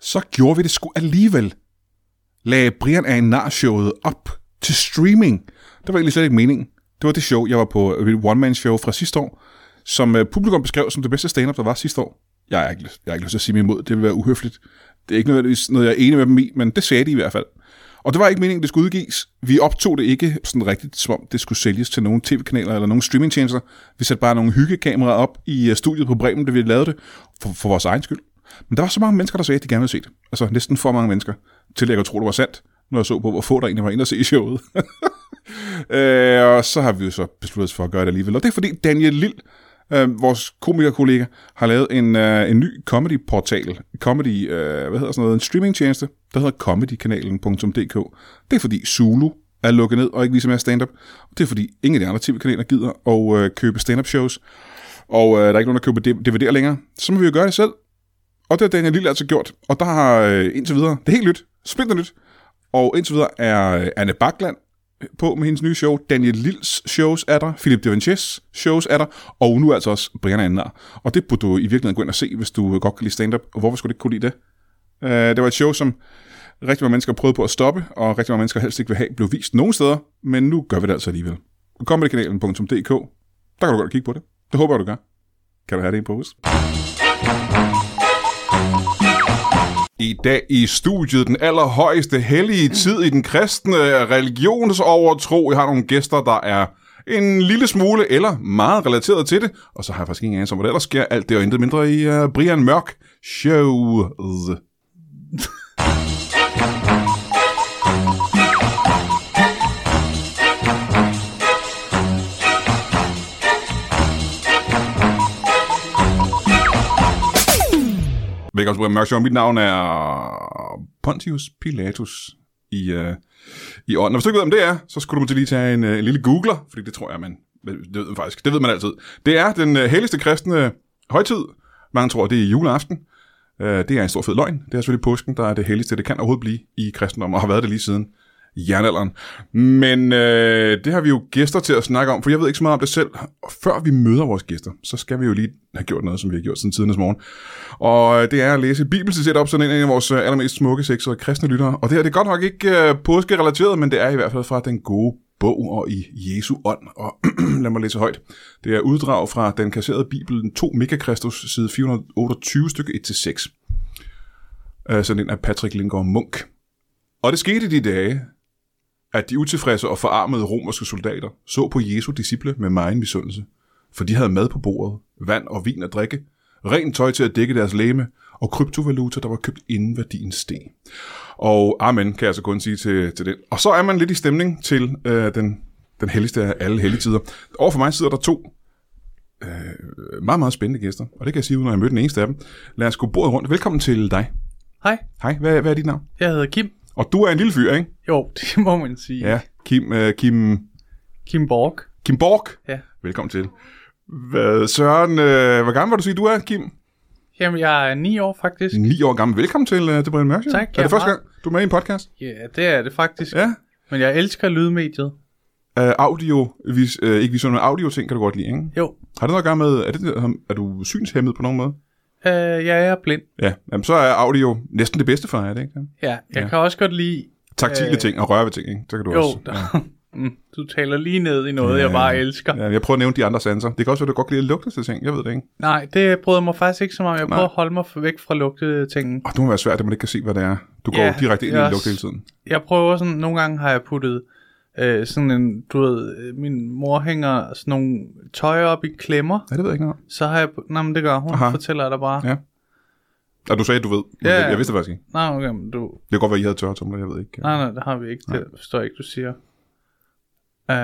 Så gjorde vi det sgu alligevel. Lagde Brian af Nar-showet op til streaming. Det var egentlig slet ikke meningen. Det var det show, jeg var på, et one-man-show fra sidste år, som øh, publikum beskrev som det bedste stand-up, der var sidste år. Jeg har ikke, lyst- jeg har ikke lyst til at sige mig imod, det vil være uhøfligt. Det er ikke nødvendigvis noget, jeg er enig med dem i, men det sagde de i hvert fald. Og det var ikke meningen, det skulle udgives. Vi optog det ikke sådan rigtigt, som om det skulle sælges til nogle tv-kanaler eller nogle streamingtjenester. Vi satte bare nogle hyggekameraer op i øh, studiet på Bremen, da vi lavede det, for, for vores egen skyld. Men der var så mange mennesker, der sagde, at de gerne ville se det. Altså næsten for mange mennesker, til at jeg kunne tro, det var sandt, når jeg så på, hvor få der egentlig var inde og se i showet. Øh, og så har vi jo så besluttet os for at gøre det alligevel. Og det er fordi Daniel Lille, øh, vores komikerkollega, har lavet en, øh, en ny comedy-portal. Comedy, øh, hvad hedder sådan noget? En streamingtjeneste, der hedder comedykanalen.dk. Det er fordi Zulu er lukket ned og ikke viser mere stand-up. Og det er fordi ingen af de andre tv-kanaler gider at øh, købe stand-up shows. Og øh, der er ikke nogen, der køber DVD'er længere. Så må vi jo gøre det selv. Og det har Daniel Lille altså gjort. Og der har øh, indtil videre, det er helt nyt, splinter nyt. Og indtil videre er øh, Anne Bakland på med hendes nye show. Daniel Lills shows er der. Philip Devanches shows er der. Og nu altså også Brian Andner. Og det burde du i virkeligheden gå ind og se, hvis du øh, godt kan lide stand-up. Og hvorfor skulle du ikke kunne lide det? Øh, det var et show, som rigtig mange mennesker prøvede på at stoppe, og rigtig mange mennesker helst ikke vil have, blev vist nogen steder. Men nu gør vi det altså alligevel. Comedykanalen.dk Der kan du godt kigge på det. Det håber jeg, du gør. Kan du have det i en pose? I dag i studiet den allerhøjeste hellige tid i den kristne religionsovertro. Jeg har nogle gæster, der er en lille smule eller meget relateret til det. Og så har jeg faktisk ingen anelse om, hvad der ellers sker. Alt det og intet mindre i uh, Brian Mørk Shows. Velkommen til Brian Mørk Show. Mit navn er Pontius Pilatus i, øh, i ånden. Og hvis du ikke ved, om det er, så skulle du til lige tage en, øh, en lille googler, fordi det tror jeg, man det ved man faktisk. Det ved man altid. Det er den øh, helligste kristne højtid. Mange tror, det er juleaften. Øh, det er en stor fed løgn. Det er selvfølgelig påsken, der er det helligste, det kan overhovedet blive i kristendommen, og har været det lige siden jernalderen. Men øh, det har vi jo gæster til at snakke om, for jeg ved ikke så meget om det selv. Og før vi møder vores gæster, så skal vi jo lige have gjort noget, som vi har gjort siden tidernes morgen. Og øh, det er at læse et bibelcitat op, sådan en af vores øh, allermest smukke sexede kristne lyttere. Og det her det er godt nok ikke øh, påskerelateret, men det er i hvert fald fra den gode bog og i Jesu ånd. Og lad mig læse højt. Det er uddrag fra den kasserede bibel 2 Megakristus, side 428, stykke 1-6. Øh, sådan en af Patrick Lindgaard Munk. Og det skete i de dage, at de utilfredse og forarmede romerske soldater så på Jesu disciple med megen misundelse, for de havde mad på bordet, vand og vin at drikke, rent tøj til at dække deres læme, og kryptovaluta, der var købt inden værdien steg. Og amen, kan jeg så kun sige til, til den. Og så er man lidt i stemning til øh, den, den helligste af alle helligtider. Over for mig sidder der to øh, meget, meget spændende gæster, og det kan jeg sige, uden at jeg mødte den eneste af dem. Lad os gå bordet rundt. Velkommen til dig. Hej, Hej, hvad, hvad er dit navn? jeg hedder Kim. Og du er en lille fyr, ikke? Jo, det må man sige. Ja, Kim, øh, Kim Kim Borg. Kim Borg. Ja. Velkommen til. Hvad, Søren, øh, hvor gammel var du sige, du er, Kim? Jamen, jeg er ni år faktisk. 9 år gammel. Velkommen til, øh, til Brian Mørk. Show. Tak, Er ja, det første meget. gang, du er med i en podcast? Ja, det er det faktisk. Ja. Men jeg elsker lydmediet. Uh, audio, vis, uh, ikke visuelt, men audio ting kan du godt lide, ikke? Jo, Har det noget at gøre med, er, det, er du synshæmmet på nogen måde? øh, jeg er blind. Ja, jamen, så er audio næsten det bedste for jer, er det ikke? Ja, jeg Ja. kan også godt lide... Taktile øh, Øh. ting og røre ved ting, ikke? Så kan du Jo, også. der... Mm, du taler lige ned i noget, Ja. jeg bare elsker. Ja, jeg prøver at nævne de andre sanser. Det kan også være, at du godt kan lide at lugte til ting. Jeg ved det ikke. Nej, det bryder mig faktisk ikke så meget. om. Jeg Nej. prøver at holde mig væk fra lugtetingen. Og det må være svært, at man ikke kan se, hvad det er. Du går Ja, direkte ind i jeg en også- lugt hele tiden. Jeg prøver sådan... Nogle gange har jeg puttet øh, sådan en... Du ved, øh, min mor hænger sådan nogle tøj op i klemmer. Ja, det ved jeg ikke noget. om. Så har jeg... Nå, men det gør hun. Aha. Aha. Fortæller jeg dig bare. Ja. Og du sagde, at du ved. Men Ja. Jeg, jeg vidste det faktisk ikke. Nej, okay, men du... Det kan godt være, I havde tørre tumler, jeg ved ikke. Nej, nej, det har vi ikke. Det forstår jeg ikke, du siger. Uh,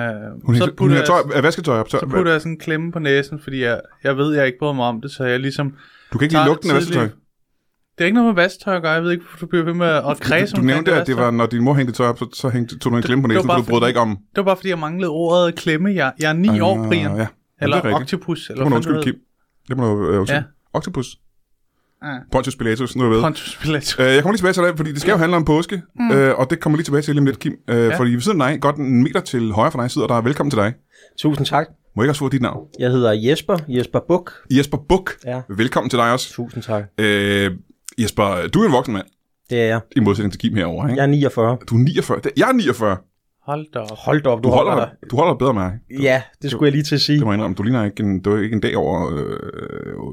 Hun, så så putter, hun jeg, hænger tøj, øh, vasketøj op. Tør, så putter jeg sådan en klemme på næsen, fordi jeg, jeg ved, jeg ikke bryder mig om det, så jeg ligesom... du kan ikke lide tager lugten af tidligt- vasketøj. Det er ikke noget med vasktøj at gøre, jeg ved ikke, hvorfor du bliver ved med at kredse Du, du omkring nævnte, at det vasktøj. var, når din mor hængte tøj op, så, så hængte, tog du en klemme på det var næsen, for bare du brød dig fordi- ikke om... Det var bare, fordi jeg manglede ordet klemme. Jeg, jeg er ni Ah, år, Brian. Ja, Eller det er rigtigt. octopus, det eller må du hvad undskylde, fanden det Kim. Det må du øh, undskylde. Ja. Octopus. Ja. Pontius Pilatus, nu er jeg ved. hedder. Pontus Pilatus. Øh, jeg kommer lige tilbage til dig, fordi det skal jo handle om påske, mm. øh, og det kommer lige tilbage til lige om lidt, Kim. Øh, ja. Fordi ved siden af dig, godt en meter til højre for dig, sidder der velkommen til dig. Tusind tak. Må jeg ikke også få dit navn? Jeg hedder Jesper, Jesper Buk. Jesper Buk, Ja. velkommen til dig også. Tusind tak. Øh, Jesper, du er en voksen mand. Det er jeg. I modsætning til Kim herovre, ikke? Jeg er 49. Du er 49. Det- Jeg er 49. Hold da op. Hold da op, Du, holder, dig. du holder dig bedre med mig. Ja, det skulle jeg lige til at sige. Det må jeg indrømme. Du ligner ikke en, du er ikke en dag over øh,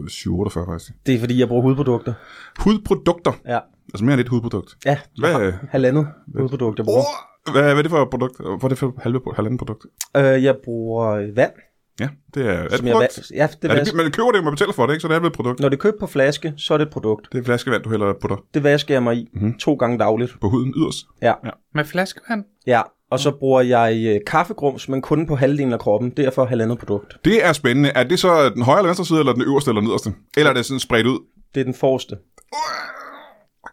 7-48, faktisk. Det er fordi, jeg bruger hudprodukter. Hudprodukter. Ja, Altså mere end et hudprodukt. ja Hvad, halvandet hudprodukt, jeg bruger. oh, hvad, hvad er det for et produkt? Hvad er det for halve, halvanden produkt? Øh, jeg bruger øh, vand. Ja, det er er det et som jeg produkt. vand. Ja, det Er vasker. det, man køber det, man betaler for det, ikke? Så det er vel et produkt. Når det er købt på flaske, så er det et produkt. Det er flaskevand, du hælder på dig. Det vasker jeg mig i Mhm. mm-hmm. to gange dagligt. På huden yderst. Ja. Med flaskevand? ja. Og så bruger jeg øh, kaffegrums, men kun på halvdelen af kroppen. Derfor halvandet produkt. Det er spændende. Er det så den højre eller venstre side, eller den øverste eller nederste? Eller er det sådan spredt ud? Det er den forreste.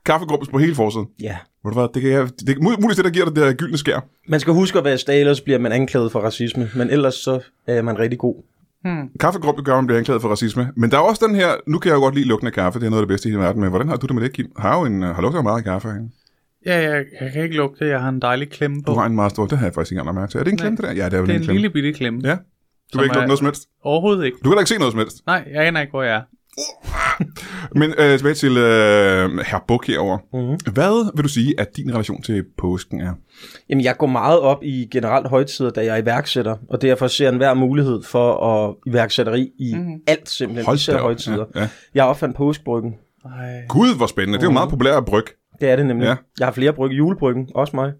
Kaffegrums på hele forsiden. Ja. Ved du hvad, det kan jeg... Det, er mul- muligvis det, der giver dig det der gyldne skær. Man skal huske at være i sted, ellers bliver man anklaget for racisme. Men ellers så er man rigtig god. Hmm. Kaffegruppe gør, at man bliver anklaget for racisme. Men der er også den her... Nu kan jeg jo godt lide lugten af kaffe. Det er noget af det bedste i hele verden. Men hvordan har du det med det, Kim? Har jo en... øh, Har lugtet af meget af kaffe? Ikke? Ja, jeg, jeg kan ikke lugte, jeg har en dejlig klemme på. Du har en meget stor... Det har jeg faktisk ikke engang mærke til. Er det en klemme, det der? Ja, det er jo det er en, en klemme. lille bitte klemme. Ja. Du som kan ikke er- lugte noget som helst. Overhovedet ikke. Du kan heller ikke se noget som helst. Nej, jeg aner ikke, hvor jeg er. Men øh, tilbage til øh, herr Buk herovre. Mm-hmm. Hvad vil du sige, at din relation til påsken er? Jamen, jeg går meget op i generelt højtider, da jeg er iværksætter, og derfor ser enhver mulighed for at iværksætteri i mm. alt simpelthen, Hold især da op. højtider. Ja. Ja, ja. Jeg opfandt påskebryggen. Ej. Gud, hvor spændende. Det Mhm. er jo meget populært at brygge. Det er det nemlig. Ja. Ja. Jeg har flere bryg. Julebryggen, også mig.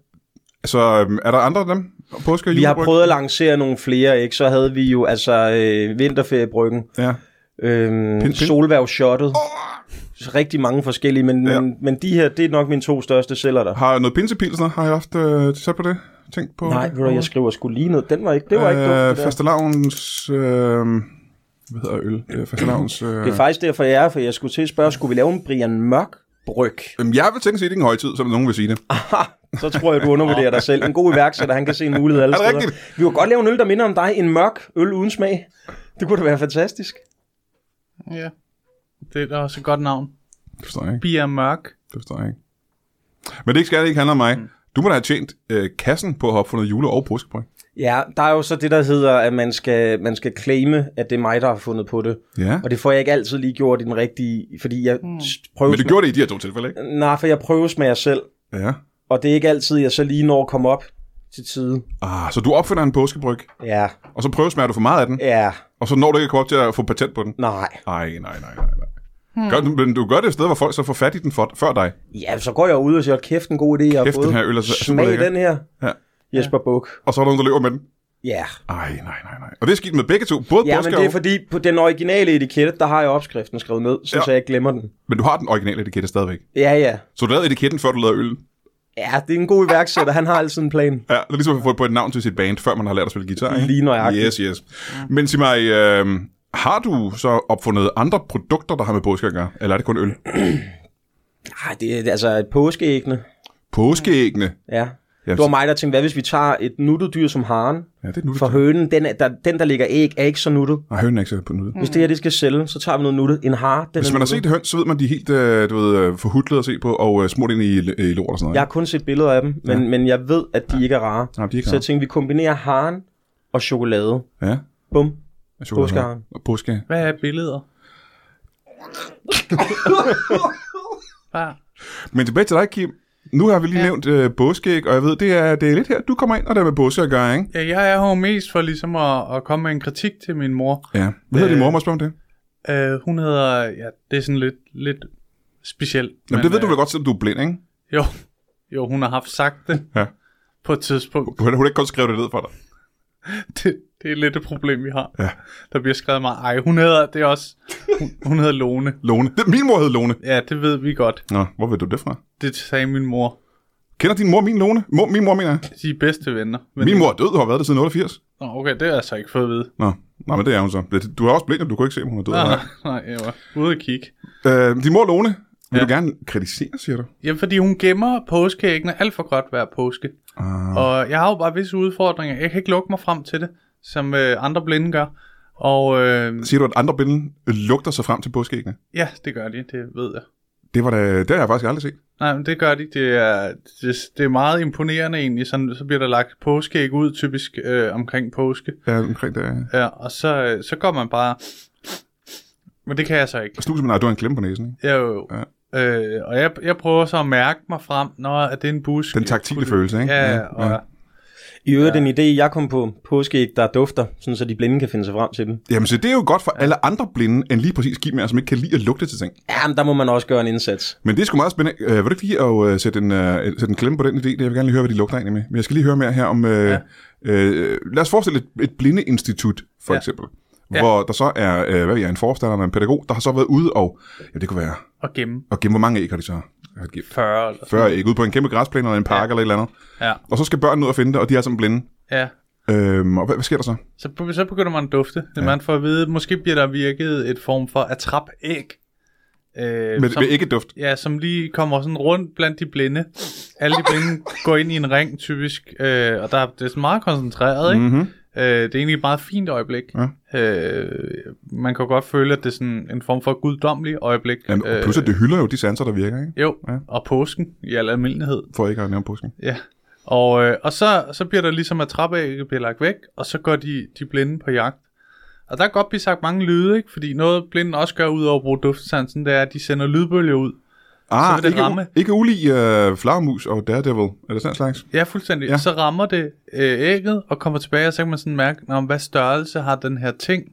Så øhm, er der andre af dem? Påske og Vi har julebryg? prøvet at lancere nogle flere, ikke? Så havde vi jo altså øh, vinterferiebryggen, Ja. øhm, pind. solværvshottet, oh. rigtig mange forskellige, men, Ja. ja. men, men de her, det er nok mine to største celler der. Har noget pinsepilsner? Har I haft øh, sat på det? Tænk på Nej, ved du, hvad, jeg skriver sgu lige ned. Den var ikke, det var Øh, ikke dumt, det, der. Fastelavns... Øh, hvad hedder øl? Øh, Fastelavns... Øh, det er faktisk derfor, jeg er, for jeg skulle til at spørge, skulle vi lave en Brian Mørk bryg? Jamen, jeg vil tænke sig, at det er en højtid, som nogen vil sige det. Så tror jeg, du undervurderer dig selv. En god iværksætter, han kan se en mulighed alle Er det steder. rigtigt? Vi kunne godt lave en øl, der minder om dig. En mørk øl uden smag. Det kunne da være fantastisk. Ja. Det er da også et godt navn. Det forstår jeg ikke. Bia Mørk. Det forstår jeg ikke. Men det skal det ikke handle om mig. Mm. Du må da have tjent øh, kassen på at have opfundet jule- og påskebryg. Ja, der er jo så det, der hedder, at man skal, man skal claime, at det er mig, der har fundet på det. Ja. Og det får jeg ikke altid lige gjort i den rigtige, fordi jeg mm. prøver... Men det gjorde det i de her to tilfælde, ikke? Nej, for jeg prøves med jer selv, Ja. og det er ikke altid, jeg så lige når at komme op til tide. Ah, så du opfinder en påskebryg, Ja, og så prøvesmager du for meget af den, ja, og så når du ikke at komme op til at få patent på den. nej. Nej, nej, nej, nej, nej. Hmm. Gør, du- men du gør det et sted, hvor folk så får fat i den for, før dig. Ja, så går jeg ud og siger, kæft, en god idé, jeg har Kæft, fået. den her øl er så- Smag superlækker. den her, Ja. Jesper Buk. Og så er der nogen, der løber med den. Ja. Ej, nej, nej, nej. Og det er sket med begge to. Både Ja, påske men det er og- fordi, på den originale etikette, der har jeg opskriften skrevet ned, så, Ja. ja. så jeg ikke glemmer den. Men du har den originale etikette stadigvæk. Ja, ja. Så du lavede etiketten, før du lavede øl. Ja, det er en god iværksætter, han har altid en plan. Ja, det er ligesom at få på et navn til sit band, før man har lært at spille guitar. Ikke? Lige nøjagtigt. Yes, yes. Men sig mig, øh, har du så opfundet andre produkter, der har med påske at gøre? Eller er det kun øl? Nej, det er altså et påskeægne. Påskeæggene. Ja. Ja, Det var mig, der tænkte, hvad hvis vi tager et nuttet dyr som haren? Ja, det er nuttet. For hønen, den, er, der, den der ligger æg, er ikke så nuttet. Nej, høn er ikke så på nuttet. Hvis det her det skal sælge, så tager vi noget nuttet. En hare, den Hvis er man har nuttet. set høns, så ved man, de er helt øh, du ved, øh, forhudlede at se på, og øh, smurt ind i, i lort og sådan noget. Jeg har kun set billeder af dem, men, ja. men jeg ved, at de ikke er rare. Nej, de er ikke så jeg tænkte, vi kombinerer haren og chokolade. Ja. Bum. Og chokolade. Påskeharen. Og Påske. Hvad er billeder? Bare. Men tilbage til dig, Kim. Nu har vi lige ja. nævnt øh, påskeæg, og jeg ved, det er, det er lidt her, du kommer ind, og det er med påske at gøre, ikke? Ja, jeg er her jo mest for ligesom at, at komme med en kritik til min mor. Ja. Hvad hedder din mor, må jeg spørge om det? Øh, hun hedder, ja, det er sådan lidt, lidt specielt. Jamen, det ved du øh, vel godt, selvom du er blind, ikke? Jo, jo, hun har haft sagt det Ja. på et tidspunkt. Hun hun har ikke kun skrevet det ned for dig. Det, det er lidt et problem, vi har. Ja. Der bliver skrevet meget, ej, hun hedder, det er også, hun, hun hedder Lone. Lone. Det, min mor hed Lone. Ja, det ved vi godt. Nå, hvor ved du det fra? Det sagde min mor. Kender din mor min Lone? Mor, min mor, mener jeg. De er bedste venner. Men Min mor er død og har været det siden 88. Nå, okay, det har jeg så ikke fået at vide. Nå, nej, men det er hun så. Det- Du er også blind, og du kunne ikke se, om hun er død. Nej, eller ej. nej, jeg var ude at kigge. Øh, din mor Lone, vil Ja. du gerne kritisere, siger du? Jamen, fordi hun gemmer påskeæggene alt for godt hver påske. Ah. Og jeg har jo bare visse udfordringer. Jeg kan ikke lukke mig frem til det, som øh, andre blinde gør. Og øh, Siger du, at andre billeder lugter sig frem til påskeæggene? ja, det gør de, det ved jeg. Det, var da, det har jeg faktisk aldrig set. Nej, men det gør de. Det er, det, det er meget imponerende egentlig. Sådan, så bliver der lagt påskeæg ud, typisk øh, omkring påske. Ja, omkring det. Ja, og så, øh, så går man bare... Men det kan jeg så ikke. Snus, men nej, du har en klemme på næsen, ikke? Jeg er jo, Ja. ja. Øh, og jeg, jeg prøver så at mærke mig frem, når at det er en busk. Den taktile følelse, ikke? Ja, Ja, ja, og, ja. ja. I øvrigt ja. en idé, jeg kom på, påskeæg, der dufter, sådan så de blinde kan finde sig frem til dem. Jamen, så det er jo godt for alle andre blinde, end lige præcis gimmer, som ikke kan lide at lugte til ting. Ja, men der må man også gøre en indsats. Men det er sgu meget spændende. Øh, vil du ikke lige at øh, sætte, en, øh, sætte en klemme på den idé? Det, jeg vil gerne lige høre, hvad de lugter egentlig med. Men jeg skal lige høre mere her om... Øh, ja. øh, lad os forestille et, et blindeinstitut, for ja. Ja. eksempel. Ja. Hvor der så er, øh, hvad ved jeg, en forstander eller en pædagog, der har så været ude og... Ja, det kunne være... og gemme Og gennem, hvor mange æg har de så har givet? 40 eller Før æg, ude på en kæmpe græsplæne eller en park ja. eller et eller andet. Ja, Og så skal børnene ud og finde det, og de er som blinde. ja. Øhm, og hvad, hvad sker der så? Så, be- så begynder man at dufte. Ja. Man får at vide, måske bliver der virket et form for attrap-æg. Med, Øh, med ikke duft. Ja, som lige kommer sådan rundt blandt de blinde. Alle de blinde går ind i en ring, typisk. Øh, og der, er- det er sådan meget koncentreret, ikke? Mm-hmm. Øh, det er egentlig et meget fint øjeblik. Ja. Øh, man kan godt føle, at det er sådan en form for guddommelig øjeblik. Jamen, og plus, øh. at det hylder jo de sanser, der virker, ikke? Jo, Ja. ja. og påsken i al almindelighed. For ikke at nævne påsken. Ja. Og, øh, og så, så bliver der ligesom, at trappeægget bliver lagt væk, og så går de, de blinde på jagt. Og der kan godt blive sagt mange lyde, ikke? Fordi noget blinde også gør ud over at bruge duftsansen, det er, at de sender lydbølger ud. Ah, vil det ikke, ramme. ikke ulig øh, flagermus og daredevil. Er det sådan en slags? Ja, fuldstændig. Ja. Ja. Så rammer det øh, ægget og kommer tilbage, og så kan man sådan mærke, "Nå, men hvad størrelse har den her ting?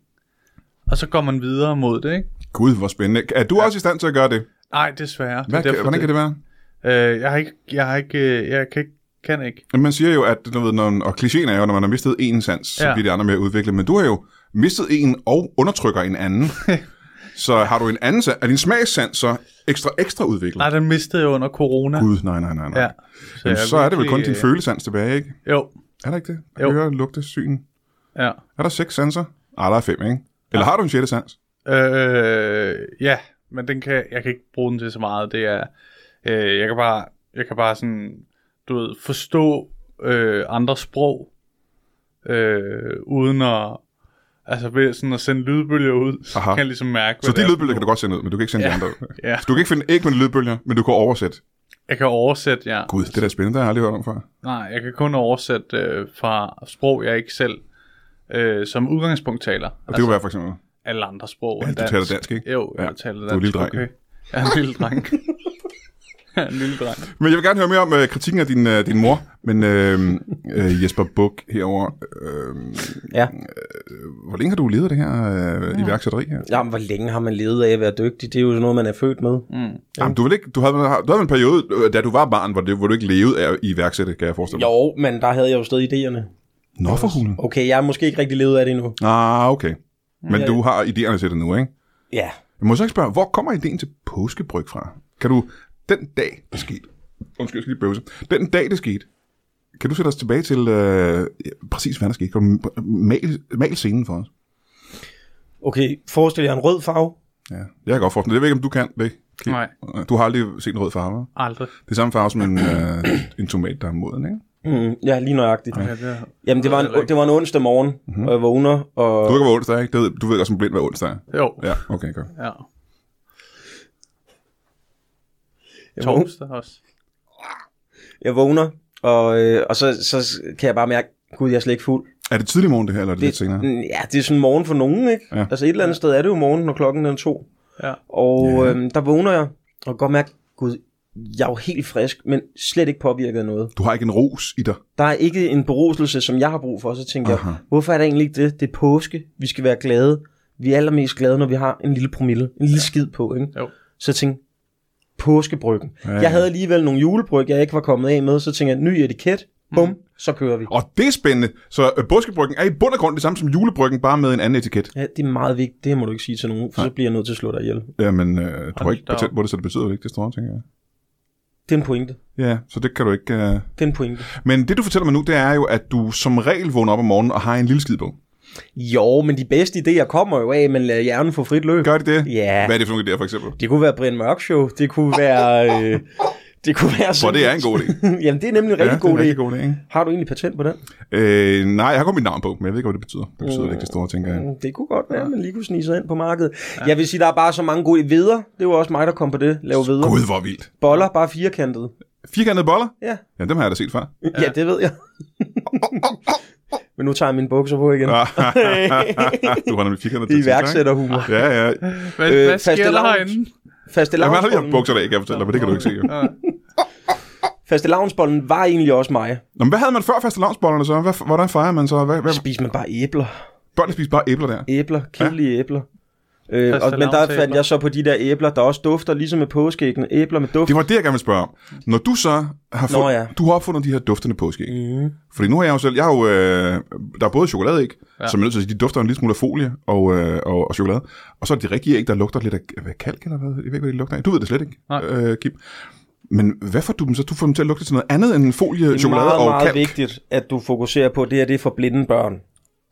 Og så går man videre mod det, ikke? Gud, hvor spændende. Er du ja. også i stand til at gøre det? Nej, desværre. Hvad, kan, hvordan kan det være? Øh, jeg har ikke, jeg har ikke, øh, jeg kan ikke, kan ikke. Man siger jo, at du ved, når, og klichéen er jo, når man har mistet en sans, ja. så Ja. bliver de andre mere udviklet. Men du har jo mistet en og undertrykker en anden. så har du en anden sans, er din smagssans så ekstra, ekstra udviklet? Nej, den mistede jeg under corona. Gud, nej, nej, nej, nej. Ja. Ja, så, Jamen, jeg så er det vel kun din virkelig, følesans tilbage, ikke? øh, Jo, Er der ikke det? Jo. Høre, lugte, syn. ja. Er der seks sanser? Ej, der er fem, ikke? Eller har du en sjette sans? Øh, ja, men den kan, jeg kan ikke bruge den til så meget. Det er, øh, jeg kan bare, jeg kan bare sådan, du ved, forstå øh, andre sprog, øh, uden at, altså ved sådan at sende lydbølger ud, så Aha. kan jeg ligesom mærke, Så hvad de det er. lydbølger kan du godt sende ud, men du kan ikke sende ja. de Ja. andre ud. Ja, Så du kan ikke finde æg med lydbølger, men du kan oversætte. jeg kan oversætte, ja. Gud, det der er spændende, det har jeg aldrig hørt om før. Nej, jeg kan kun oversætte øh, fra sprog, jeg ikke selv øh, som udgangspunkt taler. Og Altså, det kunne være for eksempel, alle andre sprog. Ja, end du taler dansk, ikke? Jo, Ja, jeg taler du er dansk. en lille dreng. Okay. Jeg er en lille dreng. jeg er en lille dreng. Men jeg vil gerne høre mere om øh, kritikken af din, øh, din mor. Men øh, øh, Jesper Buk herover, øh, Ja. hvor længe har du levet af det her øh, iværksætteri her? Jamen, hvor længe har man levet af at være dygtig? Det er jo sådan noget, man er født med. Mm. Jamen, du, vil ikke, du, havde, du havde en periode, øh, da du var barn, hvor, det, hvor du ikke levede af at iværksætte, kan jeg forestille mig. Jo, men der havde jeg jo stadig idéerne. Nå for hulen. Okay, jeg har måske ikke rigtig levet af det endnu. Ah, okay. Men Ja, du har idéerne til det nu, ikke? Ja. Jeg må så ikke spørge, hvor kommer ideen til påskebryg fra? Kan du, den dag det skete, undskyld, jeg skal lige bøvse, den dag det skete, kan du sætte os tilbage til øh, ja, præcis, hvad der skete? Kan du mal, mal scenen for os? Okay, forestil jer en rød farve. Ja, jeg kan godt forstå det. Jeg ved ikke, om du kan det. Kim. Nej, Du har aldrig set en rød farve. hva'? aldrig. Det er samme farve som en, øh, en tomat, der er moden, ikke? Mm, ja, lige nøjagtigt. Ja, det er, Jamen, det var en, det var en onsdag morgen, mm-hmm. og jeg vågner, og... Du ved ikke, hvad onsdag er, ikke? Det ved, du ved godt som blind, hvad onsdag er. jo, ja. Ja, okay, godt. ja. Jeg vågner- Torsdag også. Jeg vågner, og, øh, og så, så kan jeg bare mærke, gud, jeg er slet ikke fuld. Er det tidlig morgen, det her, eller er det, det lidt senere? mm, Ja, det er sådan morgen for nogen, ikke? Ja. Ja. Altså et eller andet sted er det jo morgen, når klokken er to. Ja. Og Ja. øhm, der vågner jeg, og kan godt mærke, gud, jeg er jo helt frisk, men slet ikke påvirket af noget. Du har ikke en ros i dig. Der er ikke en beruselse, som jeg har brug for, så tænker Aha. jeg, hvorfor er der egentlig ikke det? Det er påske, vi skal være glade. Vi er allermest glade, når vi har en lille promille, en lille skid på, ikke? Jo. Så jeg tænkte, påskebryggen. Ja, Ja, ja. Jeg havde alligevel nogle julebryg, jeg ikke var kommet af med, så tænkte jeg, ny etiket, bum, Mm. så kører vi. Og det er spændende. Så øh, påskebryggen er i bund og grund det samme som julebryggen, bare med en anden etiket. Ja, det er meget vigtigt, det her må du ikke sige til nogen, for så bliver jeg nødt til at slå dig ihjel. Jamen, øh, du har Hold ikke da op. patent på det, så det betyder jo ikke det store, tænker jeg. Det er en pointe. Ja, så det kan du ikke... Øh... Det er en pointe. Men det, du fortæller mig nu, det er jo, at du som regel vågner op om morgenen og har en lille skid på. Jo, men de bedste idéer kommer jo af, at man lader hjernen få frit løb. Gør det det? Ja. Hvad er det for nogle idéer, for eksempel? Det kunne være Brian Mørk Show, det kunne være... Øh, det kunne være For sådan- det er en god idé. Jamen, det er nemlig en rigtig ja, det god er en idé. rigtig god idé, ikke? Har du egentlig patent på den? Øh, nej, jeg har kun mit navn på, men jeg ved ikke, hvad det betyder. Det betyder ikke det store, tænker jeg. Mm, Det kunne godt være, at man lige kunne snige sig ind på markedet. Ja. Jeg vil sige, der er bare så mange gode videre. Det var også mig, der kom på det. Lave videre. Gud, hvor vildt. Boller, bare firkantet. Firkantede boller? Ja. Ja, dem har jeg da set før. ja. Ja, det ved jeg. men nu tager jeg mine bukser på igen. Ja. du har nemlig firkantede Det er tattoos, ikke? iværksætterhumor. Ja, ja. Hvad, Øh, øh, hvad sker der fastelavns. herinde? Faste Jeg har aldrig haft lavnsbollen, bukser af, kan jeg fortælle dig, men det kan du ikke se. jo. Ja. faste lavnsbollen var egentlig også mig. Nå, men hvad havde man før faste lavnsbollerne så? Hvad, hvordan fejrer man så? Hvad, hvad, Spiste man bare æbler. børnene spiser bare æbler der. Æbler, kedelige ja. æbler. Øh, og, men der Fastelavnsæbler. fandt jeg så på de der æbler, der også dufter, ligesom med påskeæggene. Æbler med duft. Det var det, jeg gerne ville spørge om. Når du så har, fund, Nå, ja. du har opfundet de her duftende påskeæg. Mm. Fordi nu har jeg jo selv, jeg har jo, øh, der er både chokoladeæg, ja. som jeg er nødt til at sige, de dufter en lille smule af folie og, øh, og, og chokolade. Og så er de rigtige æg, der lugter lidt af hvad, kalk eller hvad, jeg ved ikke, hvad de lugter af. Du ved det slet ikke, Nej. øh, Kim. Men hvad får du dem så? Du får dem til at lugte til noget andet end folie, Det er chokolade meget, og meget kalk. vigtigt, at du fokuserer på, at det her det er for blinde børn.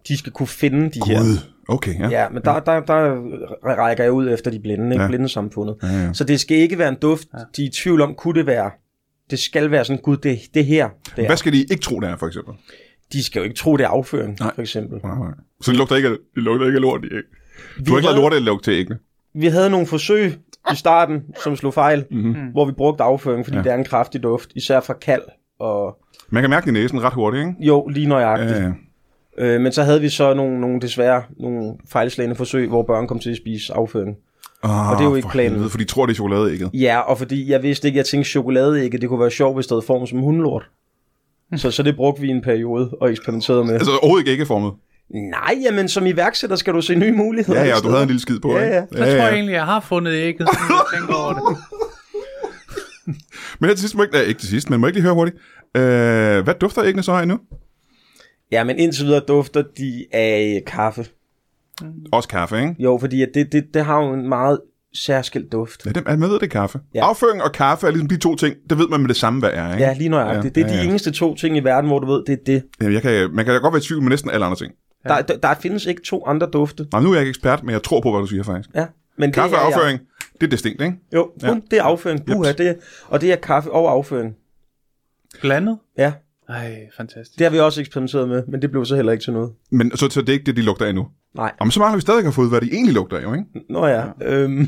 De skal kunne finde de her. Gud. Okay, ja. Ja, men der, der, der rækker jeg ud efter de blinde, ikke? Ja. blindesamfundet. Ja, ja. Så det skal ikke være en duft, de er i tvivl om, kunne det være. Det skal være sådan, gud, det, det her. Det er. Hvad skal de ikke tro, der er, for eksempel? De skal jo ikke tro, det er afføring, Nej. for eksempel. Nej, nej. Så de lugter ikke af, de lugter ikke af lort i æg. Du har ikke lavet lort af lugt til æggene. Vi havde nogle forsøg i starten, som slog fejl, Mhm. mm-hmm. hvor vi brugte afføring, fordi ja. det er en kraftig duft, især fra kald. Og Man kan mærke det i næsen ret hurtigt, ikke? jo, lige nøjagtigt. Ja, ja. Øh, men så havde vi så nogle, nogle desværre nogle fejlslagende forsøg, hvor børn kom til at spise afføring. Oh, Og det er jo ikke planen. Helvede, for de tror, det er chokoladeægget. Ja, og fordi jeg vidste ikke, jeg tænkte chokoladeægge, det kunne være sjovt, hvis det havde form som hundelort. Så, så det brugte vi i en periode og eksperimenterede med. Altså overhovedet ikke æggeformet. Nej, jamen som iværksætter skal du se nye muligheder. Ja, ja, et du sted. havde en lille skid på, Ja, ikke? ja. Så tror jeg egentlig, jeg har fundet ægget, når jeg tænker over det. Men her til sidst, må jeg ikke, nej, ikke til sidst, men må jeg ikke lige høre hurtigt. Øh, hvad dufter æggene så af nu? Ja, men indtil videre dufter de af øh, kaffe. Også kaffe, ikke? Jo, fordi at det, det, det har jo en meget særskilt duft. Ja, det, man ved, det er kaffe. Ja. Ja. Afføring og kaffe er ligesom de to ting, det ved man med det samme, hvad er, ikke? Ja, lige nøjagtigt. Ja, Det er ja, ja. de eneste to ting i verden, hvor du ved, det er det. Jamen, Jeg kan, man kan da godt være i tvivl med næsten alle andre ting. Der, der, der findes ikke to andre dufte. Nej, nu er jeg ikke ekspert, men jeg tror på, hvad du siger faktisk. Ja. Men Kaffe det og er jeg. afføring, det er distinkt, ikke? Jo, kun det er afføring. Puha, det er, og det er kaffe og afføring. Blandet? Ja, Ej, fantastisk. det har vi også eksperimenteret med, men det blev så heller ikke til noget. Men så, så det er ikke det, de lugter af nu. Nej, Jamen, så meget har vi stadig har fået, hvad de egentlig lugter af, jo, ikke? nå ja. Øhm,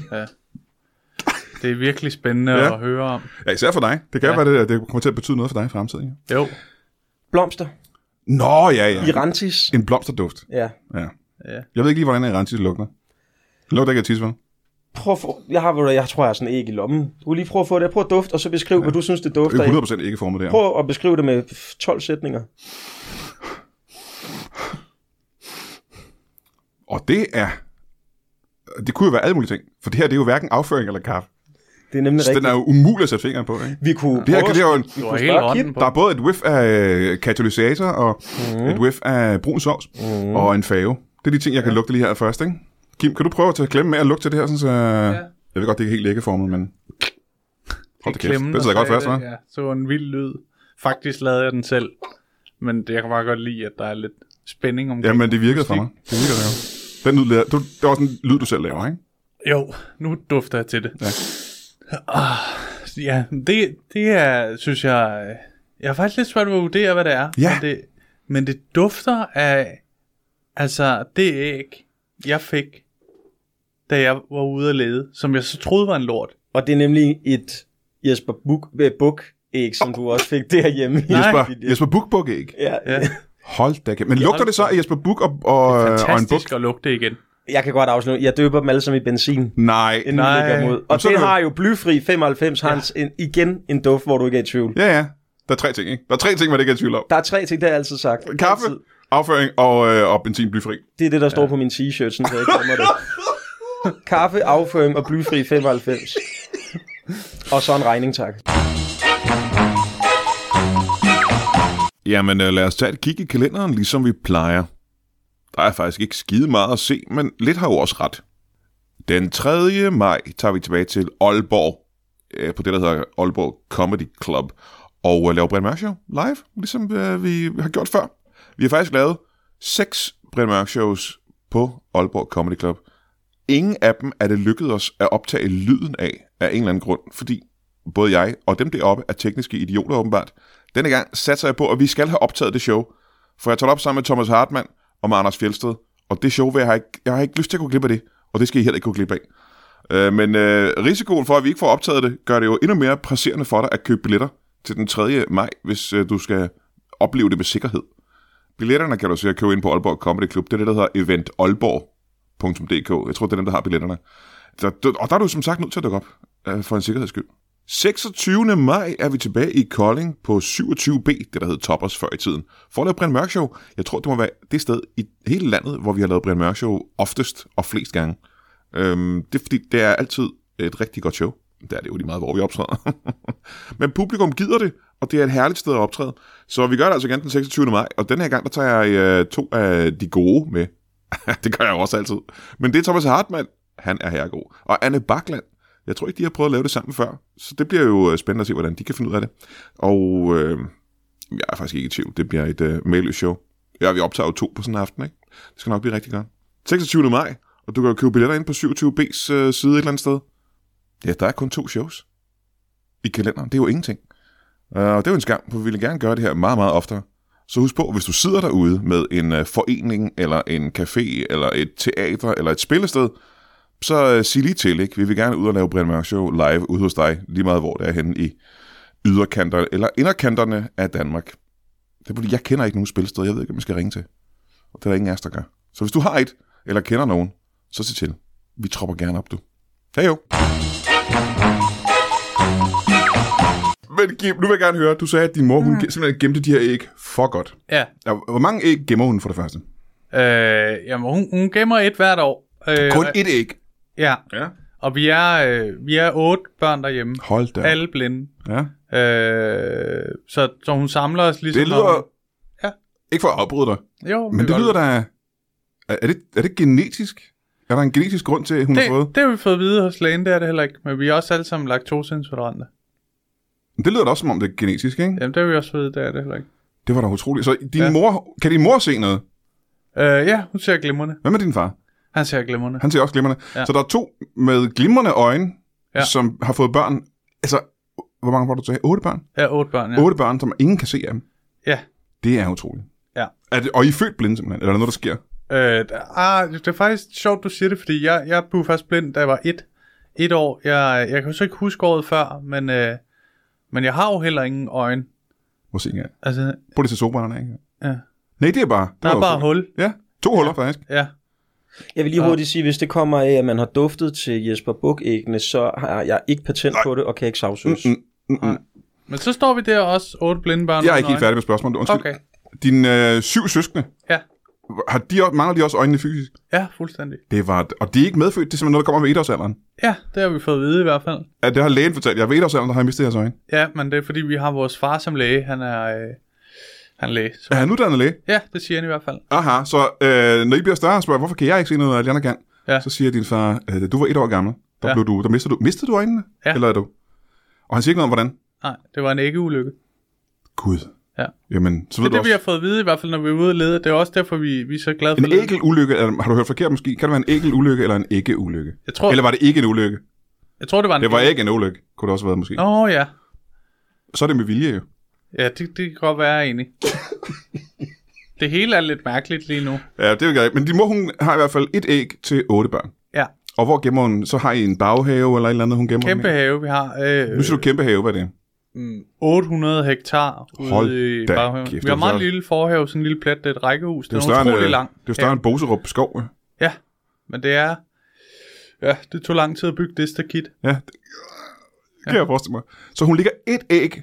Det er virkelig spændende Ja. ja. at høre om. Ja, især for dig. Det kan ja. Ja. være, det, der- det kommer til at betyde noget for dig i fremtiden. Ja. Jo, blomster Nå, ja, ja. i Rantis. En blomsterduft. Ja. Ja. Ja. Jeg ved ikke lige, hvordan en rensis lugter. Det lugter ikke af tis, vel? Prøv at få, jeg, har, ved du hvad, jeg tror, jeg har sådan et æg i lommen. Du kan lige prøve at få det. Prøv at dufte, og så beskriv, ja. hvad du synes, det Det dufter. er af. 100% Øh, ikke formet der. Prøv at beskrive det med 12 sætninger. Og det er... Det kunne jo være alle mulige ting. For det her, det er jo hverken afføring eller kaffe. Det er nemlig Så den rigtigt. er jo umulig at sætte fingeren på, ikke? Vi kunne Det her, prøve det er jo en, du har kunne hele spørge ånden Kit. på. der er både et whiff af øh, katalysator og Mhm. mm. et whiff af brun sovs mm. og en fave. Det er de ting, jeg kan lugte lige her først, ikke? Kim, kan du prøve at tage klemme med at lugte til det her? Sådan, så... ja. Jeg ved godt, det er helt æggeformet, men... Hold da kæft. klemmen, Det sidder der godt sagde fast, hva'? det. Ja, så var en vild lyd. Faktisk lavede jeg den selv. Men det, jeg kan bare godt lide, at der er lidt spænding omkring. Jamen, det virkede for mig. Det virkede jo. Den lyd, der- du, det var sådan en lyd, du selv laver, ikke? Jo, nu dufter jeg til det. Ja, ah, ja det, det er, synes jeg... øh, Jeg har faktisk lidt svært ved at vurdere, hvad det er. Ja. Men det, men det dufter af... Altså, det æg, jeg fik, da jeg var ude at lede, som jeg så troede var en lort. Og det er nemlig et Jesper Buk, øh, Buk æg, som du også fik derhjemme. Jesper, Ja. Jesper Buch Buch æg. Ja. Ja, Hold da kæft. Men lugter hold det så af Jesper Buch og, og, og en buk? fantastisk at lugte igen. Jeg kan godt afsløre, jeg døber dem alle sammen i benzin. Nej. inden Nej. vi lægger dem ud. Jamen, Og så er det det jo- har jo blyfri 95 Hans en, igen en duft, hvor du ikke er i tvivl. Ja, ja. Der er tre ting, ikke? Der er tre ting, man ikke er i tvivl om. Der er tre ting, det har jeg altid sagt. Kaffe, Altid. afføring og, øh, og benzin blyfri. Det er det, der står på min t-shirt, sådan, så jeg ikke glemmer det. Kaffe, afføring og blyfri 95. Og så en regning, tak. Jamen, øh, lad os tage et kig i kalenderen, ligesom vi plejer. Der er faktisk ikke skide meget at se, men lidt har jo også ret. Den 3. maj tager vi tilbage til Aalborg, øh, på det, der hedder Aalborg Comedy Club, og øh, laver Brian Mørk Show live, ligesom øh, vi har gjort før. Vi har faktisk lavet seks Brian Mørk Shows på Aalborg Comedy Club. Ingen af dem er det lykkedes os at optage lyden af, af en eller anden grund, fordi både jeg og dem deroppe er tekniske idioter åbenbart. Denne gang satser jeg på, at vi skal have optaget det show, for jeg tager det op sammen med Thomas Hartmann og med Anders Fjelsted, og det show vil jeg, have ikke, jeg har ikke lyst til at gå glip af det, og det skal I heller ikke gå glip af. Øh, men øh, risikoen for, at vi ikke får optaget det, gør det jo endnu mere presserende for dig at købe billetter til den 3. maj, hvis øh, du skal opleve det med sikkerhed. Billetterne kan du se at købe ind på Aalborg Comedy Club. Det er det, der hedder eventaalborg.dk. Jeg tror, det er dem, der har billetterne. Der, og der er du som sagt nødt til at dukke op, øh, for en sikkerheds skyld. 26. maj er vi tilbage i Kolding på 27B, det der hed Toppers før i tiden, for at lave Brian Mørk Show. Jeg tror, det må være det sted i hele landet, hvor vi har lavet Brian Mørk Show oftest og flest gange. Øhm, det er fordi, det er altid et rigtig godt show. Der er det jo lige meget, hvor vi optræder. Men publikum gider det, og det er et herligt sted at optræde. Så vi gør det altså igen den 26. maj, og den her gang, der tager jeg øh, to af de gode med. det gør jeg jo også altid. Men det er Thomas Hartmann, han er herregod. Og Anne Bakland, jeg tror ikke, de har prøvet at lave det sammen før, så det bliver jo øh, spændende at se, hvordan de kan finde ud af det. Og øh, jeg er faktisk ikke i tvivl, det bliver et øh, mailøs show. Ja, vi optager jo to på sådan en aften, ikke? Det skal nok blive rigtig godt. 26. maj, og du kan jo købe billetter ind på 27B's øh, side et eller andet sted. Ja, der er kun to shows i kalenderen. Det er jo ingenting. Uh, og det er jo en skam, for vi vil gerne gøre det her meget, meget oftere. Så husk på, hvis du sidder derude med en øh, forening, eller en café, eller et teater, eller et spillested, så øh, sig lige til, ikke? Vi vil gerne ud og lave Brian Mørk Show live ude hos dig, lige meget hvor det er henne i yderkanterne, eller inderkanterne af Danmark. Det er fordi, jeg kender ikke nogen spilsted, jeg ved ikke, om jeg skal ringe til. Og det er der ingen af os, der gør. Så hvis du har et, eller kender nogen, så sig til. Vi tropper gerne op, du. Hej jo! Men Kim, nu vil jeg gerne høre, du sagde, at din mor, hun gem- simpelthen gemte de her æg for godt. Ja, Ja, Hvor mange æg gemmer hun for det første? øh, jamen hun, hun gemmer et hvert år. Øh, Kun og- et æg. Ja, Ja. og vi er, øh, vi er otte børn derhjemme. Hold da. Ja. Alle blinde. Ja. Øh, så, så hun samler os ligesom... Det lyder... Ja. Ikke for at afbryde dig, når- Jo, men det er lyder godt. da... Er er det, er det genetisk? Er der en genetisk grund til, at hun har fået? Det, det har vi fået at vide hos lægen, det er det heller ikke. Men vi er også alle sammen laktoseintolerante. Men Det lyder da også, som om det er genetisk, ikke? Jamen, det har vi også fået at vide, det er det heller ikke. Det var da utroligt. Så din Ja. mor... Kan din mor se noget? Øh, ja, hun ser glimrende. Hvad med din far? Han ser glimrende. Han ser også glimrende. Ja. Ja. Så der er to med glimrende øjne, ja. Ja. som har fået børn. Altså, hvor mange var du til? Otte børn? Ja, otte børn, ja. Ja. Otte børn, som ingen kan se af dem. Ja. Det er utroligt. Ja. Er det, og I er født blinde simpelthen? Eller er der noget, der sker? Øh, der- ah, det er faktisk sjovt, du siger det, fordi jeg, jeg blev først blind, da jeg var et, et år. Jeg, jeg kan jo så ikke huske året før, men, øh, men jeg har jo heller ingen øjne. Hvor ser jeg? Altså, Prøv lige at se solbrænderne, ikke? ja. Nej, det er bare... det der var er bare utroligt. hul. Ja, to huller faktisk. Ja. Jeg vil lige Ja. hurtigt sige, hvis det kommer af, at man har duftet til Jesper Buk-æggene, så har jeg ikke patent på det, og kan ikke sagsøges. Mm, mm, mm. Men så står vi der også, otte blinde børn. Jeg er uden ikke helt øjne. færdig med spørgsmålet. Undskyld. Okay, Dine øh, syv søskende, ja. har de, også- mangler de også øjnene fysisk? Ja, fuldstændig. Det var, og det er ikke medfødt, det er simpelthen noget, der kommer med etårsalderen. Ja, det har vi fået at vide i hvert fald. Ja, det har lægen fortalt. Jeg ved etårsalderen, der har jeg mistet jeres øjne. Ja, men det er fordi, vi har vores far som læge. Han er, øh, han er læge. Så. Er han uddannet læge? Ja, det siger han i hvert fald. Aha, så øh, når I bliver større og spørger, hvorfor kan jeg ikke se noget, alle andre kan? Ja. Så siger din far, øh, da du var et år gammel, der, Ja. blev du, der mistede, du, mistede du øjnene? Ja. Eller er du? Og han siger ikke noget om, hvordan? Nej, det var en æggeulykke. Gud. Ja. Jamen, så ved Det er du det, vi også. har fået at vide i hvert fald, når vi er ude at lede. Det er også derfor, vi, vi er så glade for En ægel ulykke, eller, har du hørt forkert måske? Kan det være en ægel ulykke eller en ikke ulykke? Jeg tror, Eller var det ikke en ulykke? jeg tror, det var en Det var æg- ikke en ulykke, kunne det også have været måske. Nå ja. Så er det med vilje jo. Ja, det, det kan godt være egentlig. det hele er lidt mærkeligt lige nu. Ja, det vil jeg ikke. Men din mor, hun har i hvert fald et æg til otte børn. Ja, Og hvor gemmer hun? Så har I en baghave eller et eller andet, hun gemmer kæmpe dem i? have, vi har øh, Nu siger du kæmpe have, hvad er det? mm, 800 hektar ude Hold i da baghaven. kæft, vi har det er meget så- lille forhave, sådan en lille plet, det er et rækkehus. Det er jo Den større, utrolig end, øh, lang. det er jo større end Boserup skov. øh, ja. Ja, men det er... Ja, det tog lang tid at bygge det stakit. Ja, det kan jeg forestille mig. Så hun ligger et æg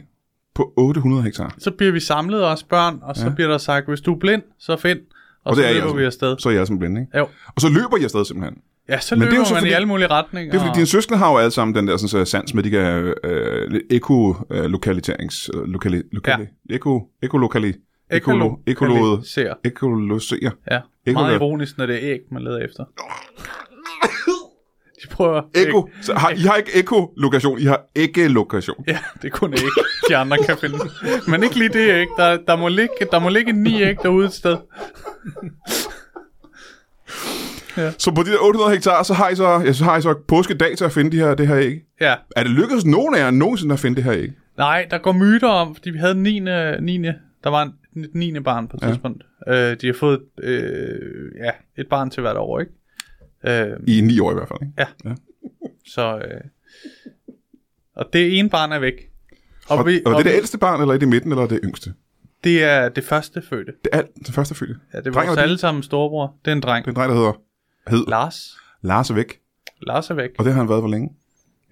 på 800 hektar. Så bliver vi samlet os børn, og så ja. bliver der sagt, hvis du er blind, så find. Og, og det er så jeg løber altså. vi afsted. Så er jeg som blinde, ikke? Jo. Og så løber jeg afsted simpelthen. Ja, så Men det er løber jo så man fordi- i alle mulige retninger. Det er fordi, dine søskende har jo alle sammen den der sådan, så sans med de der øh, lidt eko-lokaliterings... Øh, lokali, lokali, ja. Eko, ekolokali... Ekolo, ekolode, ser. ekologiser. Ja, Ikke meget noget. ironisk, når det er æg, man leder efter. De prøver... Eko. æg. Så har, I har ikke ekolokation, I har ikke-lokation. Ja, det er kun æg, de andre kan finde. Men ikke lige det æg. Der, der, må ligge, der må ligge ni æg derude et sted. Så på de der 800 hektar, så har I så, ja, så, har I så påskedag til at finde de her, det her æg. Ja. Er det lykkedes nogen af jer nogensinde at finde det her æg? Nej, der går myter om, fordi vi havde 9. 9. Der var en, et 9. barn på et Ja. tidspunkt. Øh, de har fået øh, ja, et barn til hvert år, ikke? Øh, I ni år i hvert fald, ikke? så... Øh, og det ene barn er væk. Og, Og, vi, og, og det er vi- det ældste barn, eller er det i midten, eller er det yngste? det er det første fødte. Det er alt, den første fødte. Ja, det Dreng var vores eller pige? alle sammen storebror. Det er en dreng. Det er en dreng, der hedder hed. Lars. Lars er væk. Lars er væk. Og det har han været hvor længe?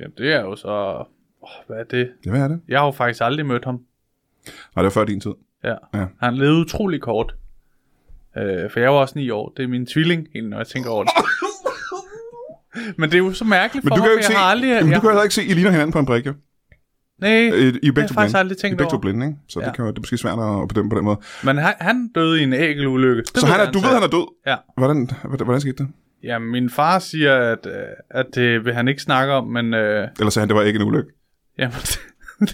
Jamen, det er jo så... Oh, hvad er det? Ja, hvad er det? Jeg har jo faktisk aldrig mødt ham. Nej, det var før din tid. Ja. Ja. Han levede utrolig kort. Øh, for jeg var også 9 år. Det er min tvilling, egentlig, når jeg tænker over det. Men det er jo så mærkeligt Men for du kan mig, jo for ikke se, jeg har aldrig... jamen, du jeg, kan jo heller ikke se, I ligner hinanden på en brik, jo. nej, Øh, I er det har begge jeg to faktisk blinde. aldrig I er tænkt begge to over. blinde, ikke? Så det, Ja. kan jo, det er måske svært at bedømme på den måde. Men han, han døde i en ægelulykke. Det Så han er, du ved, selv. han er død. Ja. Hvordan, hvordan, hvordan skete det? Ja, min far siger, at, øh, at det vil han ikke snakke om, men... Øh, Eller sagde han, det var ikke en ulykke? jamen,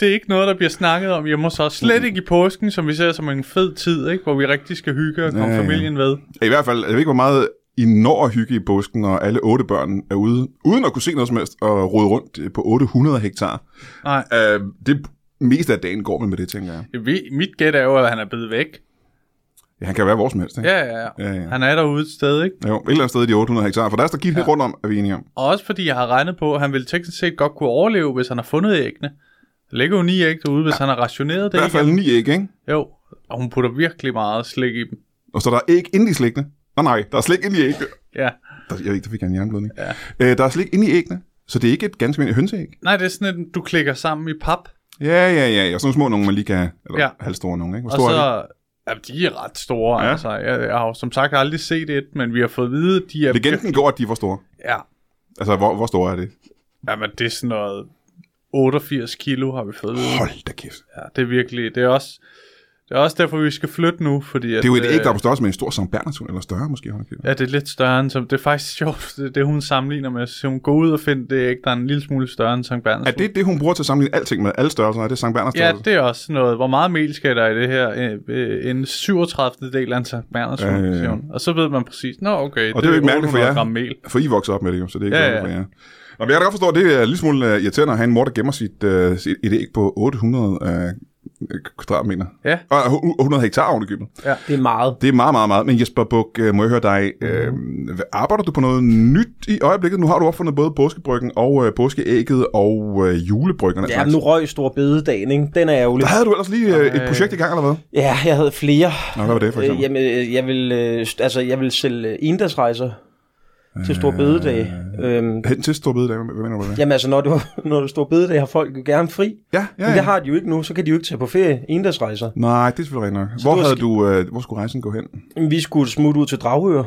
det er ikke noget, der bliver snakket om hjemme hos os. Slet ikke i påsken, som vi ser som en fed tid, ikke? hvor vi rigtig skal hygge og komme Ja, ja, ja. familien ved. I hvert fald, jeg ved ikke, hvor meget I når at hygge i påsken, når alle otte børn er ude, uden at kunne se noget som helst, og rode rundt på 800 hektar. Nej, Øh, det meste af dagen går man med det, tænker jeg. jeg ved, mit gæt er jo, at han er blevet væk. Ja, han kan jo være hvor som helst, ikke? Ja, ja, ja. Ja, ja. Han er derude et sted, ikke? Jo, et eller andet sted i de 800 hektar, for der er der givet ja. rundt om, er vi enige om. Og også fordi jeg har regnet på, at han ville teknisk set godt kunne overleve, hvis han har fundet æggene. Der ligger jo ni æg derude, hvis han har rationeret I det. hvert fald ni æg, ikke? Jo, og hun putter virkelig meget slik i dem. Og så er der er æg inde i slægtene. Nej, nej, der er slik inde i æggene. Ja. Der, jeg ved ikke, der fik jeg en jernblødning. Ja. Øh, der er slik inde i æggene, så det er ikke et ganske almindeligt hønseæg. Nej, det er sådan, at du klikker sammen i pap, Ja, ja, ja, ja. Sådan nogle små nogle, man lige kan... Eller ja. Ja. halvstore nogle, ikke? Hvor og store er de? så... Jamen, de er ret store, Ja. ja. altså. Jeg, jeg har jo som sagt aldrig set et, men vi har fået at vide, at de er... Legenden går, at de var store. Ja, Altså, hvor, hvor store er det? jamen, det er sådan noget... 88 kilo har vi fået at vide. Hold da kæft. Ja, det er virkelig... Det er også... Det er også derfor, vi skal flytte nu, fordi... At, Det er jo et æg, der er øh, på størrelse med en stor Sankt Bernhardsund, eller større måske. hold da kæft. Ja, det er lidt større end... Som, det er faktisk sjovt, det, det hun sammenligner med. Så hun går ud og finder det æg, der er en lille smule større end Sankt Bernhards. Er det det, hun bruger til at sammenligne alting med? Alle størrelser? Er det Sankt Bernhards Ja, størrelse? det er også noget. Hvor meget mel skal der i det her? Øh, øh, En 37. del af en Sankt Berners Ja, ja, ja. ja, ja. Og så ved man præcis, nå okay, Og det er jo ikke mærkeligt for 800 jer. gram mel. For I voksede op med det jo, så det er ikke Ja, ja, ja. ja. for jer. Nå, men jeg kan da godt forstå, at det er en lille smule øh, irriterende at have en mor, der gemmer sit, øh, sit et æg på 800 øh, kvadratmeter. Ja. Og øh, 100 hektar oven i købet. Det er meget. Det er meget, meget, meget. Men Jesper Buk, øh, må jeg høre dig, øh, hvad- arbejder du på noget nyt i øjeblikket? Nu har du opfundet både påskebryggen og øh, påskeægget og øh, julebryggerne. Ja, nu røg stor bededagen, ikke? Den er ærgerlig. Der havde du ellers lige øh, et projekt i gang, eller hvad? Ja, jeg havde flere. Nå, hvad var det for Øh, eksempel? jamen, øh, jeg vil, øh, st- altså, jeg vil sælge øh, endagsrejser til stor bededag. Øhm, Hen til Storbededag, hvad hvad mener du med det? jamen altså, når det, var- når det er stor bededag, har folk jo gerne fri. Ja, ja, Men ja. det har de jo ikke nu, så kan de jo ikke tage på ferie endagsrejser. Nej, det er selvfølgelig rigtigt nok. Hvor, du har havde du, øh, hvor skulle rejsen gå hen? Jamen, Vi skulle smutte ud til Dragør.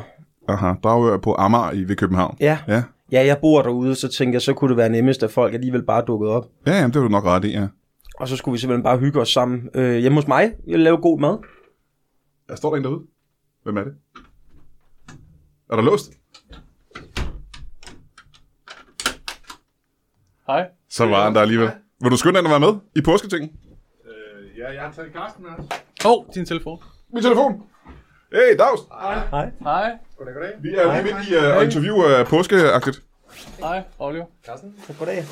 Aha, Dragør på Amager i, ved København. Ja. Ja, Ja, jeg bor derude, så tænkte jeg, så kunne det være nemmest, at folk alligevel bare dukkede op. ja jamen, det var du nok ret i, ja. Og så skulle vi simpelthen bare hygge os sammen øh, hjemme hos mig. Jeg lavede god mad. Der står der en derude. Hvem er det? Er der låst? Hej. Så var han der alligevel. Vil du skynde dig at være med i påsketingen? Øh, Ja, jeg har taget Karsten med os. Åh, oh, din telefon. Min telefon! Hey, Dags! Hej, Goddag, goddag. Vi er lige midt i øh, at interviewe øh, påskeagtigt. hej, Oliver. Goddag.